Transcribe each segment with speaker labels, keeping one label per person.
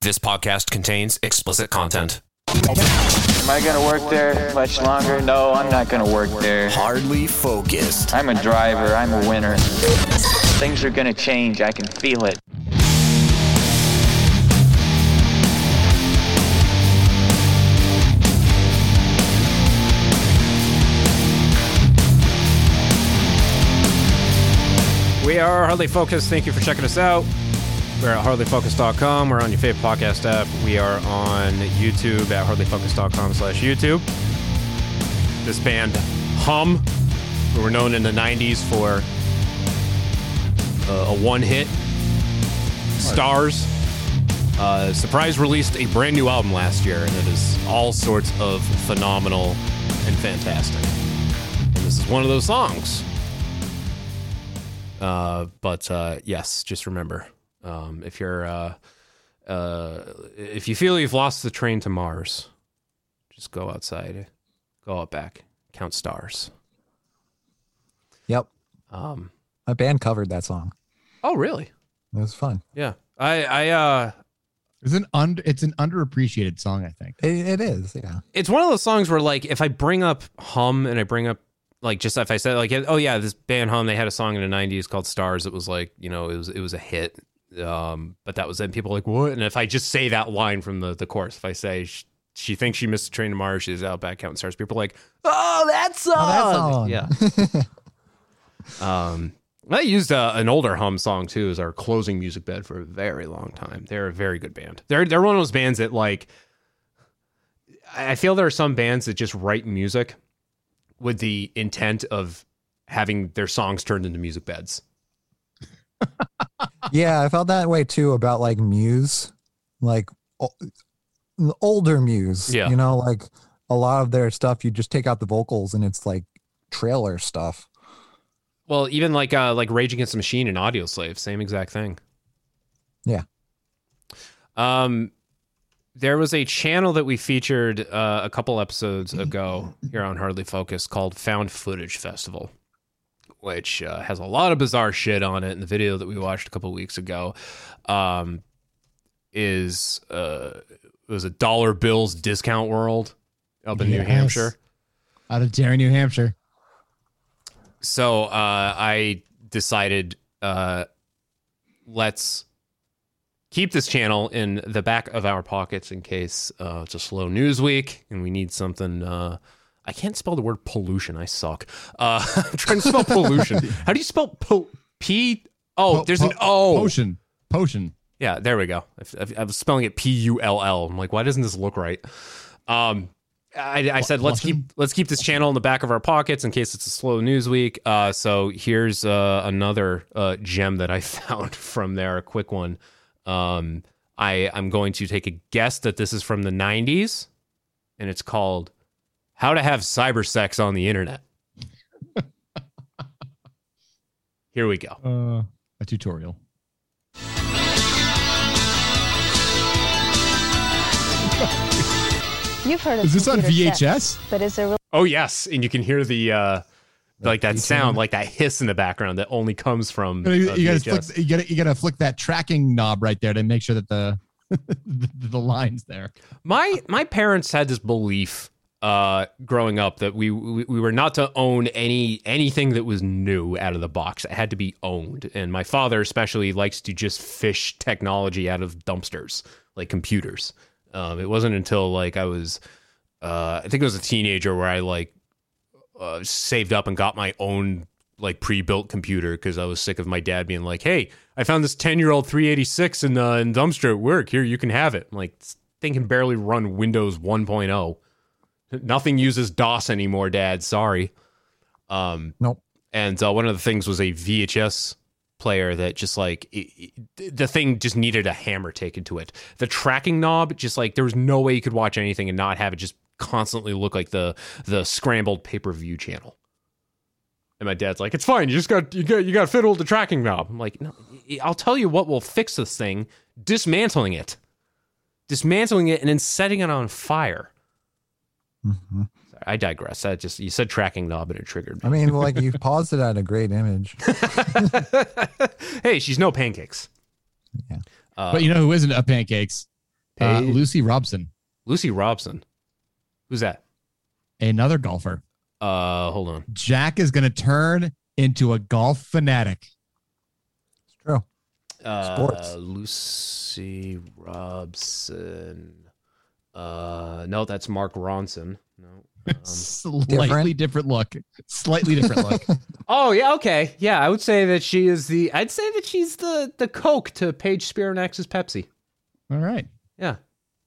Speaker 1: This podcast contains explicit content.
Speaker 2: Am I gonna work there much longer? No, I'm not gonna work there.
Speaker 3: Hardly focused.
Speaker 2: I'm a driver, I'm a winner. Things are gonna change, I can feel it.
Speaker 4: We are Hardly Focused. Thank you for checking us out. Oh. We're at hardlyfocused.com. We're on your favorite podcast app. We are on YouTube at hardlyfocused.com slash YouTube. This band, Hum, we were known in the 90s for uh, a one hit, Stars. Uh, Surprise released a brand new album last year, and it is all sorts of phenomenal and fantastic. And this is one of those songs. Uh, but uh, yes, just remember um, if you're uh, uh, if you feel you've lost the train to Mars, just go outside, go out back, count stars.
Speaker 5: Yep.
Speaker 4: Um,
Speaker 5: My band covered that song.
Speaker 4: oh, really?
Speaker 5: It was fun.
Speaker 4: Yeah. I I uh,
Speaker 6: It's an under it's an underappreciated song, I think.
Speaker 5: It, it is. Yeah.
Speaker 4: it's one of those songs where like if I bring up Hum and I bring up like just if I said like oh yeah this band Hum they had a song in the '90s called Stars it was like you know it was it was a hit um but that was then people are like what and if I just say that line from the the chorus if I say she, she thinks she missed the train tomorrow she's out back counting stars people are like oh that song,
Speaker 5: Oh,
Speaker 4: yeah um. I used uh, an older Hum song too as our closing music bed for a very long time. They're a very good band. They're they're one of those bands that like I I feel there are some bands that just write music with the intent of having their songs turned into music beds.
Speaker 5: yeah. I felt that way too about like Muse, like o- older Muse.
Speaker 4: Yeah.
Speaker 5: You know, like a lot of their stuff, you just take out the vocals and it's like trailer stuff.
Speaker 4: Well, even like uh, like Rage Against the Machine and Audio Slave, same exact thing.
Speaker 5: Yeah.
Speaker 4: Um, there was a channel that we featured uh, a couple episodes ago here on Hardly Focus called Found Footage Festival, which uh, has a lot of bizarre shit on it. And the video that we watched a couple weeks ago um, is uh, it was a dollar bills discount world up in New
Speaker 6: Yes.
Speaker 4: Hampshire.
Speaker 6: Out of Derry, New Hampshire.
Speaker 4: So uh, I decided uh, let's keep this channel in the back of our pockets in case uh, it's a slow news week and we need something. Uh, I can't spell the word pollution. I suck. Uh, I'm trying to spell pollution. How do you spell po- P? Oh,
Speaker 6: Po-
Speaker 4: there's an
Speaker 6: po-
Speaker 4: O.
Speaker 6: Potion. Potion.
Speaker 4: Yeah, there we go. I, I- I was spelling it P U L L. I'm like, why doesn't this look right? Um, I, I said let's
Speaker 6: Watson?
Speaker 4: keep let's keep this channel in the back of our pockets in case it's a slow news week. Uh, so here's uh, another uh, gem that I found from there, a quick one. Um, I I'm going to take a guess that this is from the '90s, and it's called "How to Have Cyber Sex on the Internet." Here we go.
Speaker 6: Uh, a tutorial.
Speaker 7: You've heard of
Speaker 6: Is this on
Speaker 7: computer
Speaker 6: VHS?
Speaker 7: sex, but is there really
Speaker 4: Oh yes, and you can hear the uh like that
Speaker 6: beeping.
Speaker 4: sound, like that hiss in the background that only comes from uh,
Speaker 6: You gotta, you, gotta
Speaker 4: VHS.
Speaker 6: flick, you gotta you gotta flick that tracking knob right there to make sure that the the, the line's there.
Speaker 4: My my parents had this belief uh growing up that we, we we were not to own any anything that was new out of the box. It had to be owned. And my father especially likes to just fish technology out of dumpsters, like computers. Um it wasn't until like I was uh I think it was a teenager where I like uh, saved up and got my own like pre-built computer because I was sick of my dad being like, "Hey, I found this ten-year-old 386 in uh, in dumpster at work. Here, you can have it." I'm like, "This thing can barely run Windows 1.0. Nothing uses DOS anymore, Dad. Sorry." Um,
Speaker 5: Nope.
Speaker 4: And uh, one of the things was a VHS player that just like it, it- the thing just needed a hammer taken to it. The tracking knob just like there was no way you could watch anything and not have it just constantly look like the the scrambled pay-per-view channel. And my dad's like, "It's fine. You just got you got you got to fiddle with the tracking knob." I'm like, "No, I'll tell you what will fix this thing: dismantling it, dismantling it, and then setting it on fire."
Speaker 5: Mhm.
Speaker 4: Sorry, I digress. That just you said tracking knob and it triggered
Speaker 5: I
Speaker 4: me.
Speaker 5: mean, well, like you paused it at a great image.
Speaker 4: hey, she's no pancakes.
Speaker 5: Yeah.
Speaker 4: Uh,
Speaker 6: but you know who isn't a pancakes? Uh,
Speaker 4: Hey.
Speaker 6: Lucy Robson,
Speaker 4: Lucy Robson. Who's that?
Speaker 6: another golfer.
Speaker 4: Uh, hold on.
Speaker 6: Jack is going to turn into a golf fanatic.
Speaker 5: It's true.
Speaker 4: Uh,
Speaker 5: Sports.
Speaker 4: Lucy Robson. Uh, no, that's Mark Ronson. No. Um,
Speaker 6: Slightly different,
Speaker 5: Different.
Speaker 6: look. Slightly different look.
Speaker 4: oh yeah, okay, yeah. I would say that she is the. I'd say that she's the the Coke to Paige Spironak's Pepsi.
Speaker 6: All right.
Speaker 4: Yeah,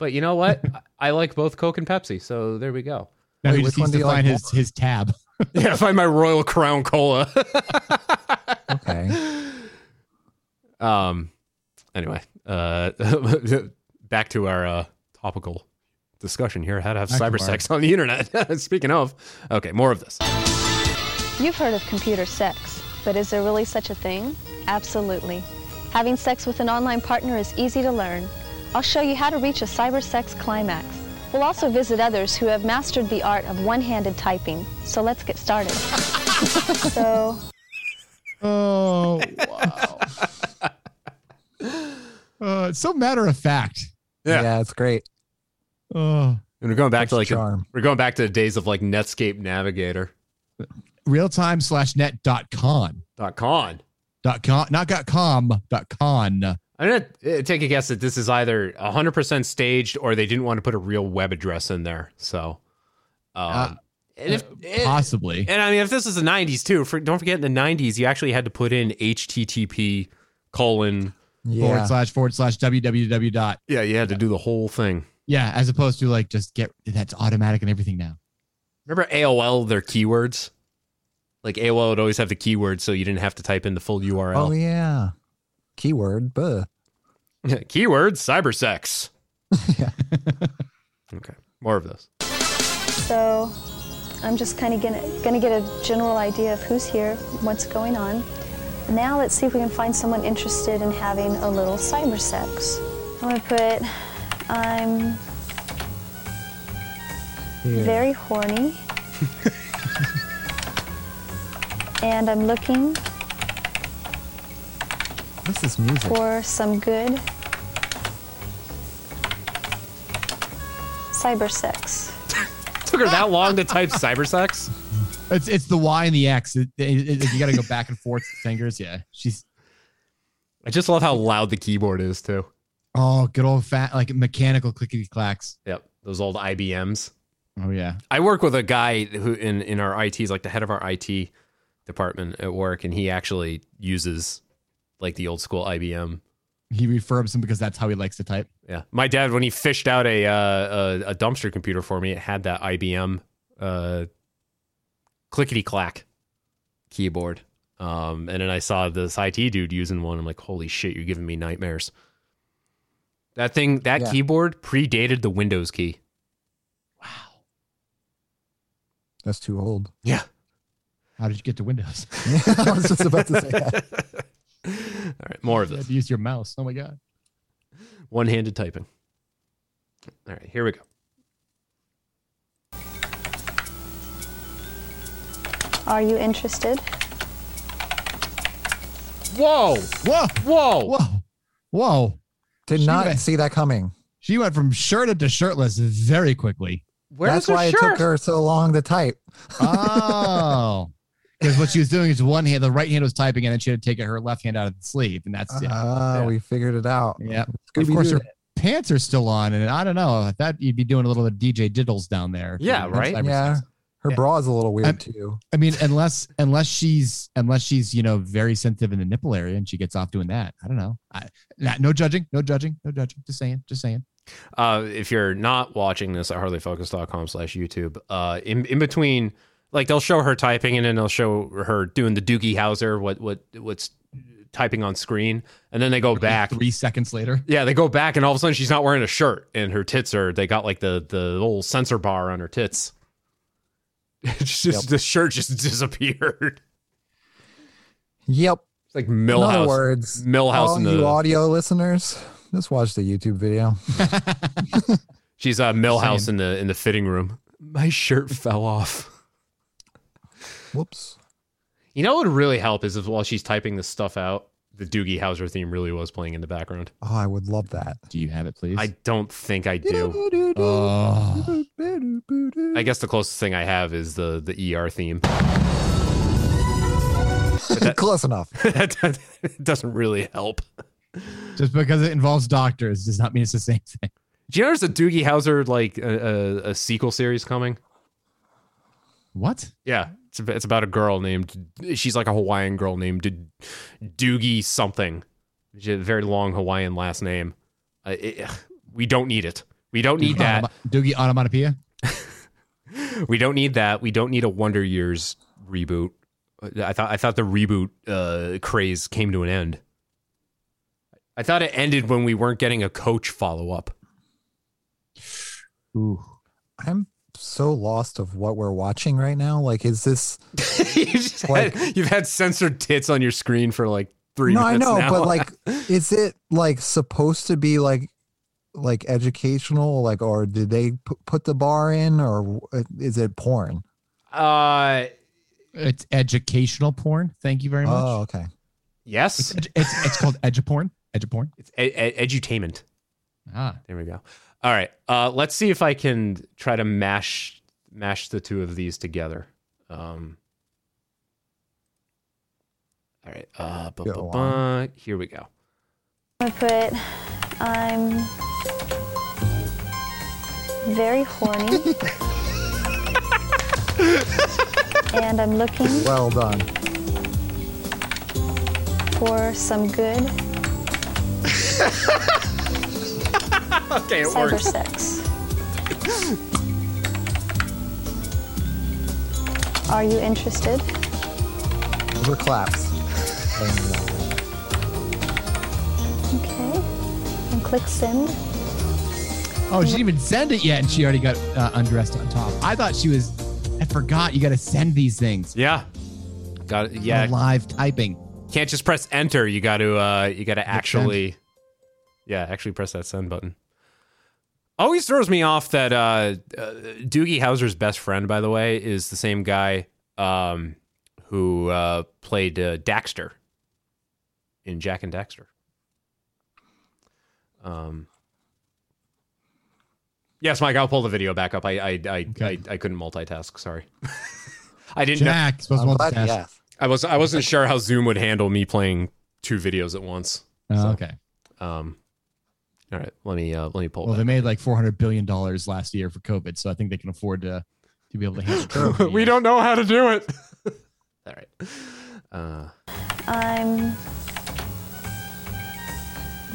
Speaker 4: but you know what? I, I like both Coke and Pepsi, so there we go.
Speaker 6: Now
Speaker 5: Wait,
Speaker 6: he
Speaker 5: which
Speaker 6: just
Speaker 5: one
Speaker 6: needs
Speaker 5: do
Speaker 6: to
Speaker 5: you like
Speaker 6: find his, his tab.
Speaker 4: Yeah, find my Royal Crown Cola.
Speaker 5: Okay.
Speaker 4: um. Anyway, uh, back to our uh, topical discussion here: how to have
Speaker 6: Back to
Speaker 4: cyber
Speaker 6: our-
Speaker 4: sex on the internet. Speaking of, okay, more of this.
Speaker 7: You've heard of computer sex, but is there really such a thing? Absolutely. Having sex with an online partner is easy to learn. I'll show you how to reach a cyber sex climax. We'll also visit others who have mastered the art of one handed typing, so let's get started. so,
Speaker 6: Oh, wow. Uh, it's so matter of fact.
Speaker 5: Yeah.
Speaker 4: Yeah.
Speaker 5: it's great.
Speaker 6: Oh.
Speaker 4: And we're going back to like
Speaker 5: That's
Speaker 4: the-
Speaker 5: charm.
Speaker 4: we're going back to the days of like Netscape Navigator
Speaker 6: Realtime slash net dot con.
Speaker 4: dot con.
Speaker 6: Dot com, not dot com, dot con.
Speaker 4: I'm gonna uh, take a guess that this is either 100 percent staged or they didn't want to put a real web address in there. So, um,
Speaker 6: Uh,
Speaker 4: and if and,
Speaker 6: Possibly.
Speaker 4: and I mean, if this is the 90s too, for, don't forget in the 90s you actually had to put in HTTP colon.
Speaker 5: Yeah.
Speaker 6: Forward slash forward slash www dot.
Speaker 4: Yeah, you had to do the whole thing.
Speaker 6: Yeah, as opposed to like just get that's automatic and everything now.
Speaker 4: Remember AOL their keywords? Like AOL would always have the keyword, so you didn't have to type in the full URL.
Speaker 5: Oh yeah. Keyword. Buh.
Speaker 4: Keyword cyber sex. okay. More of those.
Speaker 7: so I'm just kind of gonna, gonna get a general idea of who's here, what's going on. Now let's see if we can find someone interested in having a little cyber sex. I'm gonna put, I'm
Speaker 5: Yeah.
Speaker 7: very horny. and I'm looking
Speaker 5: This is music.
Speaker 7: for some good cyber sex.
Speaker 4: Took her that long to type cyber sex?
Speaker 6: It's it's the Y and the X. It- it- it- you got to go back and forth with fingers. Yeah, she's
Speaker 4: I just love how loud the keyboard is too.
Speaker 6: oh, good old fat like mechanical clickety clacks.
Speaker 4: Yep. Those old IBMs.
Speaker 6: Oh yeah,
Speaker 4: I work with a guy who in, in our IT is like the head of our IT department at work, and he actually uses like the old school IBM.
Speaker 6: he refurbs them because that's how he likes to type.
Speaker 4: Yeah. My dad, when he fished out a uh, a, a dumpster computer for me, it had that IBM uh, clickety clack keyboard. Um, and then I saw this IT dude using one. I'm like, holy shit, you're giving me nightmares. That thing, that
Speaker 5: Yeah.
Speaker 4: keyboard predated the Windows key.
Speaker 5: That's too old.
Speaker 4: Yeah.
Speaker 6: How did you get to Windows?
Speaker 5: I was just about to say that.
Speaker 4: All right, more of
Speaker 6: you had
Speaker 4: this.
Speaker 6: to use your mouse. Oh my god.
Speaker 4: One handed typing. All right, here we go.
Speaker 7: Are you interested?
Speaker 4: Whoa,
Speaker 6: Whoa,
Speaker 4: whoa.
Speaker 6: whoa, whoa.
Speaker 5: Did
Speaker 6: She
Speaker 5: not
Speaker 6: went-
Speaker 5: see that coming.
Speaker 6: She went from shirted to shirtless very quickly.
Speaker 4: Where's
Speaker 5: That's
Speaker 4: her
Speaker 5: why
Speaker 4: shirt?
Speaker 5: it took her so long to type.
Speaker 6: Oh, because what she was doing is one hand, the right hand was typing, and then she had to take her left hand out of the sleeve, and that's
Speaker 5: Ah,
Speaker 4: Uh-huh.
Speaker 6: yeah.
Speaker 5: we figured it out.
Speaker 6: Yeah.
Speaker 5: Scooby-Doo
Speaker 6: Of course,
Speaker 5: did
Speaker 6: her
Speaker 5: it.
Speaker 6: pants are still on, and I don't know. I thought you'd be doing a little of DJ Diddles down there.
Speaker 4: Yeah,
Speaker 6: That's
Speaker 4: right?
Speaker 6: cyber
Speaker 5: Yeah.
Speaker 6: sex.
Speaker 5: her
Speaker 6: Yeah.
Speaker 5: bra's a little weird
Speaker 6: I'm-
Speaker 5: too.
Speaker 6: I mean, unless unless she's unless she's you know very sensitive in the nipple area, and she gets off doing that. I don't know. I, not, no judging, no judging, no judging. Just saying, just saying.
Speaker 4: uh, if you're not watching this at harleyfocus.com slash youtube uh, in, in between like they'll show her typing and then they'll show her doing the doogie howser what what what's typing on screen and then they go back
Speaker 6: Three seconds later.
Speaker 4: yeah they go back and all of a sudden she's not wearing a shirt and her tits are they got like the the little sensor bar on her tits it's just the shirt just disappeared
Speaker 5: Yep.
Speaker 4: it's like
Speaker 5: In other
Speaker 4: millhouse
Speaker 5: words,
Speaker 4: millhouse
Speaker 5: all
Speaker 4: in
Speaker 5: you
Speaker 4: the
Speaker 5: audio listeners, just watch the YouTube video.
Speaker 4: she's uh millhouse
Speaker 6: Same.
Speaker 4: in the in the fitting room my shirt fell off
Speaker 5: Whoops.
Speaker 4: You know what would really help is if while she's typing this stuff out, the Doogie Howser theme really was playing in the background.
Speaker 5: Oh, I would love that.
Speaker 6: Do you have it, please?
Speaker 4: I don't think I do.
Speaker 6: Oh.
Speaker 4: I guess the closest thing I have is the the ER theme.
Speaker 5: Close enough.
Speaker 4: That doesn't- doesn't really help.
Speaker 6: Just because it involves doctors does not mean it's the same thing.
Speaker 4: Do you know there's a Doogie Howser like a, a, a sequel series coming?
Speaker 6: What?
Speaker 4: Yeah, it's ab- it's about a girl named she's like a Hawaiian girl named Do- Doogie something. She had a very long Hawaiian last name. Uh, it- we don't need it. We don't need that.
Speaker 6: Onoma- Doogie onomatopoeia?
Speaker 4: We don't need that. We don't need a Wonder Years reboot. I thought I thought the reboot uh, craze came to an end. I thought it ended when we weren't getting a coach follow up.
Speaker 6: Ooh.
Speaker 5: I'm so lost of what we're watching right now. Like, is this? Like-
Speaker 4: you've had censored tits on your screen for like three
Speaker 5: no, I
Speaker 4: minutes.
Speaker 5: know,
Speaker 4: now.
Speaker 5: but like, is it like supposed to be like, like educational? Like, or did they pu- put the bar in, or uh, is it porn?
Speaker 4: uh,
Speaker 6: It's educational porn. Thank you very much.
Speaker 5: Oh, okay.
Speaker 4: yes,
Speaker 6: Edu- It's, it's called eduporn. Eduporn.
Speaker 4: it's e- e- edutainment.
Speaker 6: Ah.
Speaker 4: There we go. All right. Uh, let's see if I can try to mash mash the two of these together. Um, all right. Uh, bu-
Speaker 5: Go
Speaker 4: bu-
Speaker 5: on.
Speaker 4: bu- here we go.
Speaker 7: I'm gonna put I'm very horny. and I'm looking
Speaker 5: Well done.
Speaker 7: for some good
Speaker 4: Okay, it
Speaker 7: cyber sex. Are you interested?
Speaker 5: Those were claps. And, uh,
Speaker 7: Okay. And click send.
Speaker 6: Oh, she didn't even send it yet, and she already got uh, undressed on top. I thought she was. I forgot you got to send these things.
Speaker 4: Yeah. Got it. Yeah.
Speaker 6: For Live typing.
Speaker 4: Can't just press enter. You got to. Uh, you got to actually. Yeah, actually press that send button. Always throws me off that uh, uh, Doogie Howser's best friend, by the way, is the same guy um, who uh, played uh, Daxter in Jack and Daxter. Um. Yes, Mike, I'll pull the video back up. I I I,
Speaker 6: Okay.
Speaker 4: I, I couldn't multitask. Sorry, I didn't. know.
Speaker 6: Jack supposed to
Speaker 5: I'm glad
Speaker 6: multitask.
Speaker 5: you asked.
Speaker 4: I was I wasn't sure how Zoom would handle me playing two videos at once.
Speaker 6: Oh,
Speaker 4: So,
Speaker 6: okay.
Speaker 4: Um, all right, let me uh, let me pull.
Speaker 6: Well, they
Speaker 4: it
Speaker 6: made like four hundred billion dollars last year for COVID, so I think they can afford to to be able to handle.
Speaker 4: back.
Speaker 6: it.
Speaker 4: we don't know how to do it. all right. Uh,
Speaker 7: I'm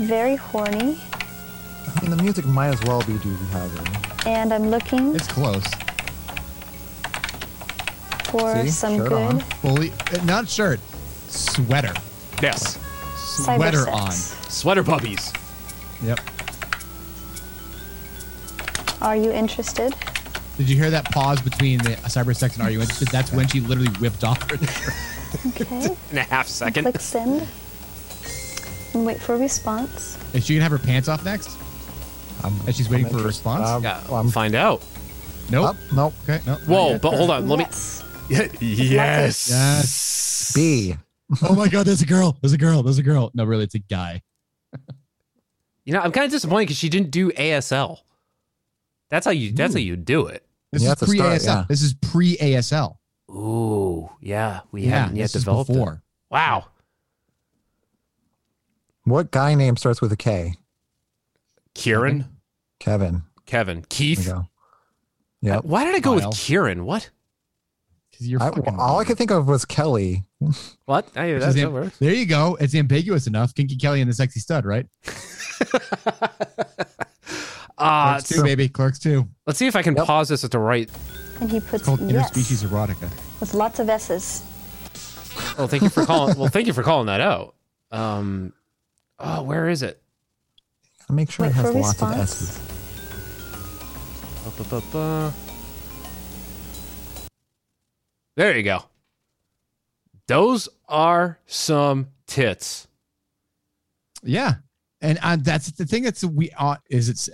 Speaker 7: very horny
Speaker 5: I mean, the music might as well be Doogie Howser.
Speaker 7: and I'm looking
Speaker 6: It's close.
Speaker 7: for
Speaker 5: See?
Speaker 7: some
Speaker 5: Shirt
Speaker 7: good
Speaker 5: on.
Speaker 6: Fully, uh, not shirt, sweater,
Speaker 4: yes,
Speaker 7: cyber
Speaker 6: sweater on.
Speaker 7: sex.
Speaker 4: sweater puppies.
Speaker 6: Yep.
Speaker 7: Are you interested?
Speaker 6: Did you hear that pause between the uh, cyber sex and are you interested? That's when she literally whipped off her.
Speaker 7: Okay.
Speaker 4: In a half second.
Speaker 7: Click send and wait for a response.
Speaker 6: Is she gonna have her pants off next?
Speaker 5: I'm-
Speaker 6: As she's waiting
Speaker 5: Um, I'm
Speaker 6: for a
Speaker 5: interested.
Speaker 6: response?
Speaker 5: Um,
Speaker 4: Yeah,
Speaker 5: I'm
Speaker 4: find out.
Speaker 6: Nope.
Speaker 5: up. Nope.
Speaker 6: Okay. No. Oh, not
Speaker 4: Whoa,
Speaker 6: yet.
Speaker 4: but hold on. Let me.
Speaker 7: yes.
Speaker 4: Yes.
Speaker 6: Yes.
Speaker 5: B.
Speaker 6: oh my god, there's a girl. There's a girl. There's a girl. No, really, it's a guy.
Speaker 4: You know, I'm kind of disappointed because she didn't do ASL. That's how you. That's
Speaker 6: Hmm.
Speaker 4: how you do it.
Speaker 6: This
Speaker 5: Yeah,
Speaker 6: is
Speaker 5: that's a
Speaker 6: pre
Speaker 5: start,
Speaker 6: ASL.
Speaker 5: yeah.
Speaker 6: This is pre ASL.
Speaker 4: Ooh, yeah. We haven't yet
Speaker 6: this is
Speaker 4: developed it.
Speaker 6: before.
Speaker 4: Wow.
Speaker 5: What guy name starts with a K?
Speaker 4: Kieran,
Speaker 5: Kevin.
Speaker 4: Kevin,
Speaker 5: There
Speaker 4: Keith.
Speaker 5: you go. Yep.
Speaker 4: Why did I go
Speaker 6: Oh Kyle.
Speaker 4: with Kieran? What?
Speaker 6: 'Cause you're
Speaker 5: I,
Speaker 6: fucking
Speaker 5: well, all I
Speaker 6: wrong.
Speaker 5: could think of was Kelly.
Speaker 4: What? I,
Speaker 6: Which
Speaker 4: that,
Speaker 6: is
Speaker 4: that
Speaker 6: am-
Speaker 4: works.
Speaker 6: there you go. It's ambiguous enough. Kinky Kelly and the Sexy Stud, right?
Speaker 4: Uh,
Speaker 6: Clerks 2, baby. Clerks 2.
Speaker 4: let's see if I can pause this at the right.
Speaker 7: And he puts
Speaker 6: Called
Speaker 7: yes
Speaker 6: Interspecies Erotica.
Speaker 7: with lots of S's.
Speaker 4: Oh, thank you for calling. well, thank you for calling that out. Um, oh, where is it?
Speaker 5: Make sure
Speaker 7: Wait
Speaker 5: it
Speaker 7: for
Speaker 5: has
Speaker 7: a
Speaker 5: lots of
Speaker 7: response.
Speaker 5: S's.
Speaker 4: Ba-ba-ba-ba. There you go. Those are some tits.
Speaker 6: Yeah, and uh, that's the thing that's we uh, is it's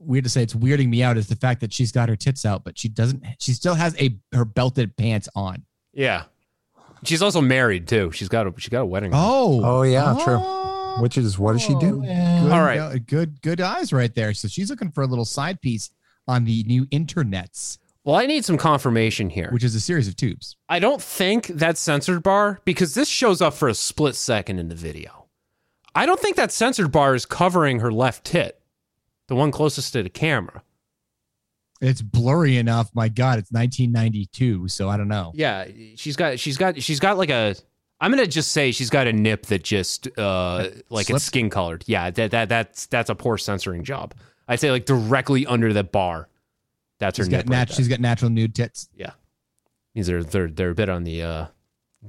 Speaker 6: weird to say it's weirding me out is the fact that she's got her tits out, but she doesn't. She still has a her belted pants on.
Speaker 4: Yeah. She's also married too. She's got a she got a wedding.
Speaker 6: Oh.
Speaker 5: Oh, yeah, true.
Speaker 6: Oh,
Speaker 5: Which is what does she do?
Speaker 6: Good,
Speaker 4: All right.
Speaker 6: no- good, good eyes right there. So she's looking for a little side piece on the new internets,
Speaker 4: Well, I need some confirmation here.
Speaker 6: which is a series of tubes.
Speaker 4: I don't think that's censored bar because this shows up for a split second in the video. I don't think that censored bar is covering her left tit, the one closest to the camera.
Speaker 6: It's blurry enough. My God, it's 1992, so I don't know.
Speaker 4: Yeah, she's got she's got she's got like a I'm gonna just say she's got a nip that just uh like
Speaker 6: slipped?
Speaker 4: it's skin colored. Yeah, that that that's that's a poor censoring job. I'd say like directly under the bar. That's
Speaker 6: She's
Speaker 4: her
Speaker 6: got,
Speaker 4: nip.
Speaker 6: nat-
Speaker 4: Right
Speaker 6: she's
Speaker 4: there.
Speaker 6: got natural nude tits.
Speaker 4: Means they're they're they're a bit on the uh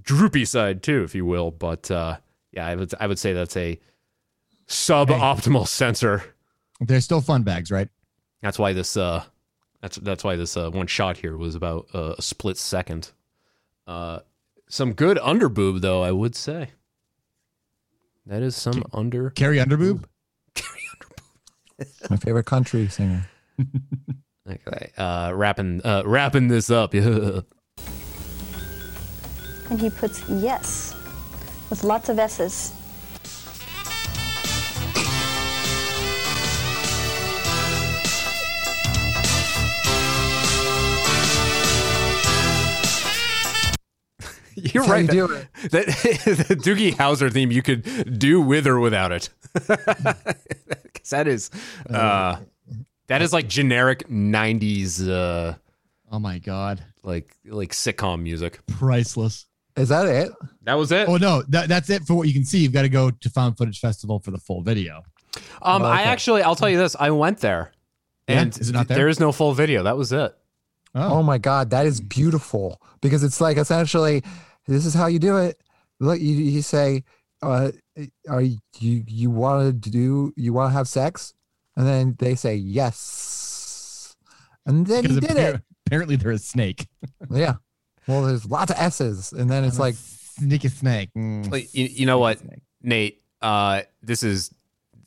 Speaker 4: droopy side too, if you will. But uh yeah, I would I would say that's a suboptimal censor.
Speaker 6: They're still fun bags, right?
Speaker 4: That's why this uh that's that's why this uh, one shot here was about uh, a split second. Uh some good underboob though, I would say. That is some under
Speaker 6: Carrie Underboob.
Speaker 5: My favorite country singer.
Speaker 4: okay, uh wrapping uh wrapping this up.
Speaker 7: And he puts yes with lots of S's.
Speaker 4: You're
Speaker 5: That's how
Speaker 4: right.
Speaker 5: you
Speaker 4: that-
Speaker 5: do it.
Speaker 4: That the Doogie Howser theme you could do with or without it. 'Cause that is uh, that is like generic '90s uh,
Speaker 6: Oh my God,
Speaker 4: like like sitcom music.
Speaker 6: priceless.
Speaker 5: Is that it?
Speaker 4: That was it.
Speaker 6: Oh no, that, that's it for what you can see. You've got to go to Found Footage Festival for the full video.
Speaker 4: Um, I
Speaker 5: okay.
Speaker 4: actually, I'll tell you this: I went there,
Speaker 6: Yeah?
Speaker 4: and
Speaker 6: Is it not there?
Speaker 4: there is no full video. That was it.
Speaker 5: Oh my God, that is beautiful because it's like essentially, this is how you do it. Look, you, you say, uh, "Are you you want to do you want to have sex?" And then they say yes, and then he
Speaker 6: Because
Speaker 5: did
Speaker 6: appar-
Speaker 5: it.
Speaker 6: Apparently, they're a snake.
Speaker 5: Yeah. Well, there's lots of S's, and then it's
Speaker 6: I'm a
Speaker 5: like
Speaker 6: sneaky snake. Mm.
Speaker 4: Like, you, you know what, Nate? Uh, this is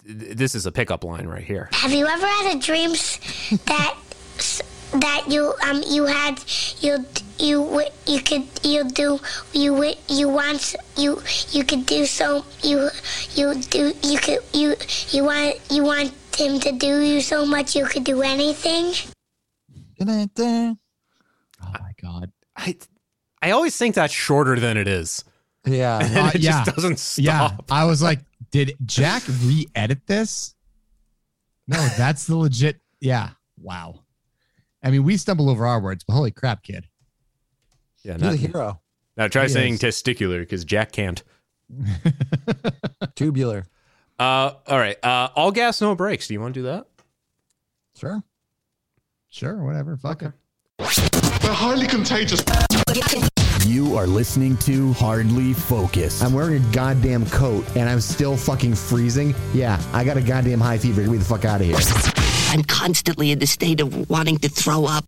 Speaker 4: th- this is a pickup line right here.
Speaker 8: Have you ever had a dream s- that s- that you um you had you you w- you could you do you w- you want s- you you could do so you you do you could you you want you want him to do you so much you could do anything.
Speaker 6: Oh my God.
Speaker 4: I I always think that's shorter than it is,
Speaker 5: yeah.
Speaker 4: and
Speaker 6: Uh,
Speaker 4: it
Speaker 6: yeah.
Speaker 4: just doesn't stop.
Speaker 6: I was like, did Jack re-edit this? No, that's the legit. Yeah. Wow. I mean, we stumble over our words, but holy crap, kid.
Speaker 4: Yeah,
Speaker 5: You're
Speaker 4: not,
Speaker 5: the hero.
Speaker 4: now try
Speaker 6: Yes.
Speaker 4: saying testicular because Jack can't.
Speaker 5: Tubular.
Speaker 4: Uh, all right. Uh, all gas, no brakes. Do you want to do that?
Speaker 5: Sure.
Speaker 6: Sure, whatever. Fuck it.
Speaker 9: They're highly contagious.
Speaker 3: You are listening to Hardly Focused.
Speaker 10: I'm wearing a goddamn coat and I'm still fucking freezing. Yeah, I got a goddamn high fever. Get me the fuck out of here.
Speaker 11: I'm constantly in the state of wanting to throw up.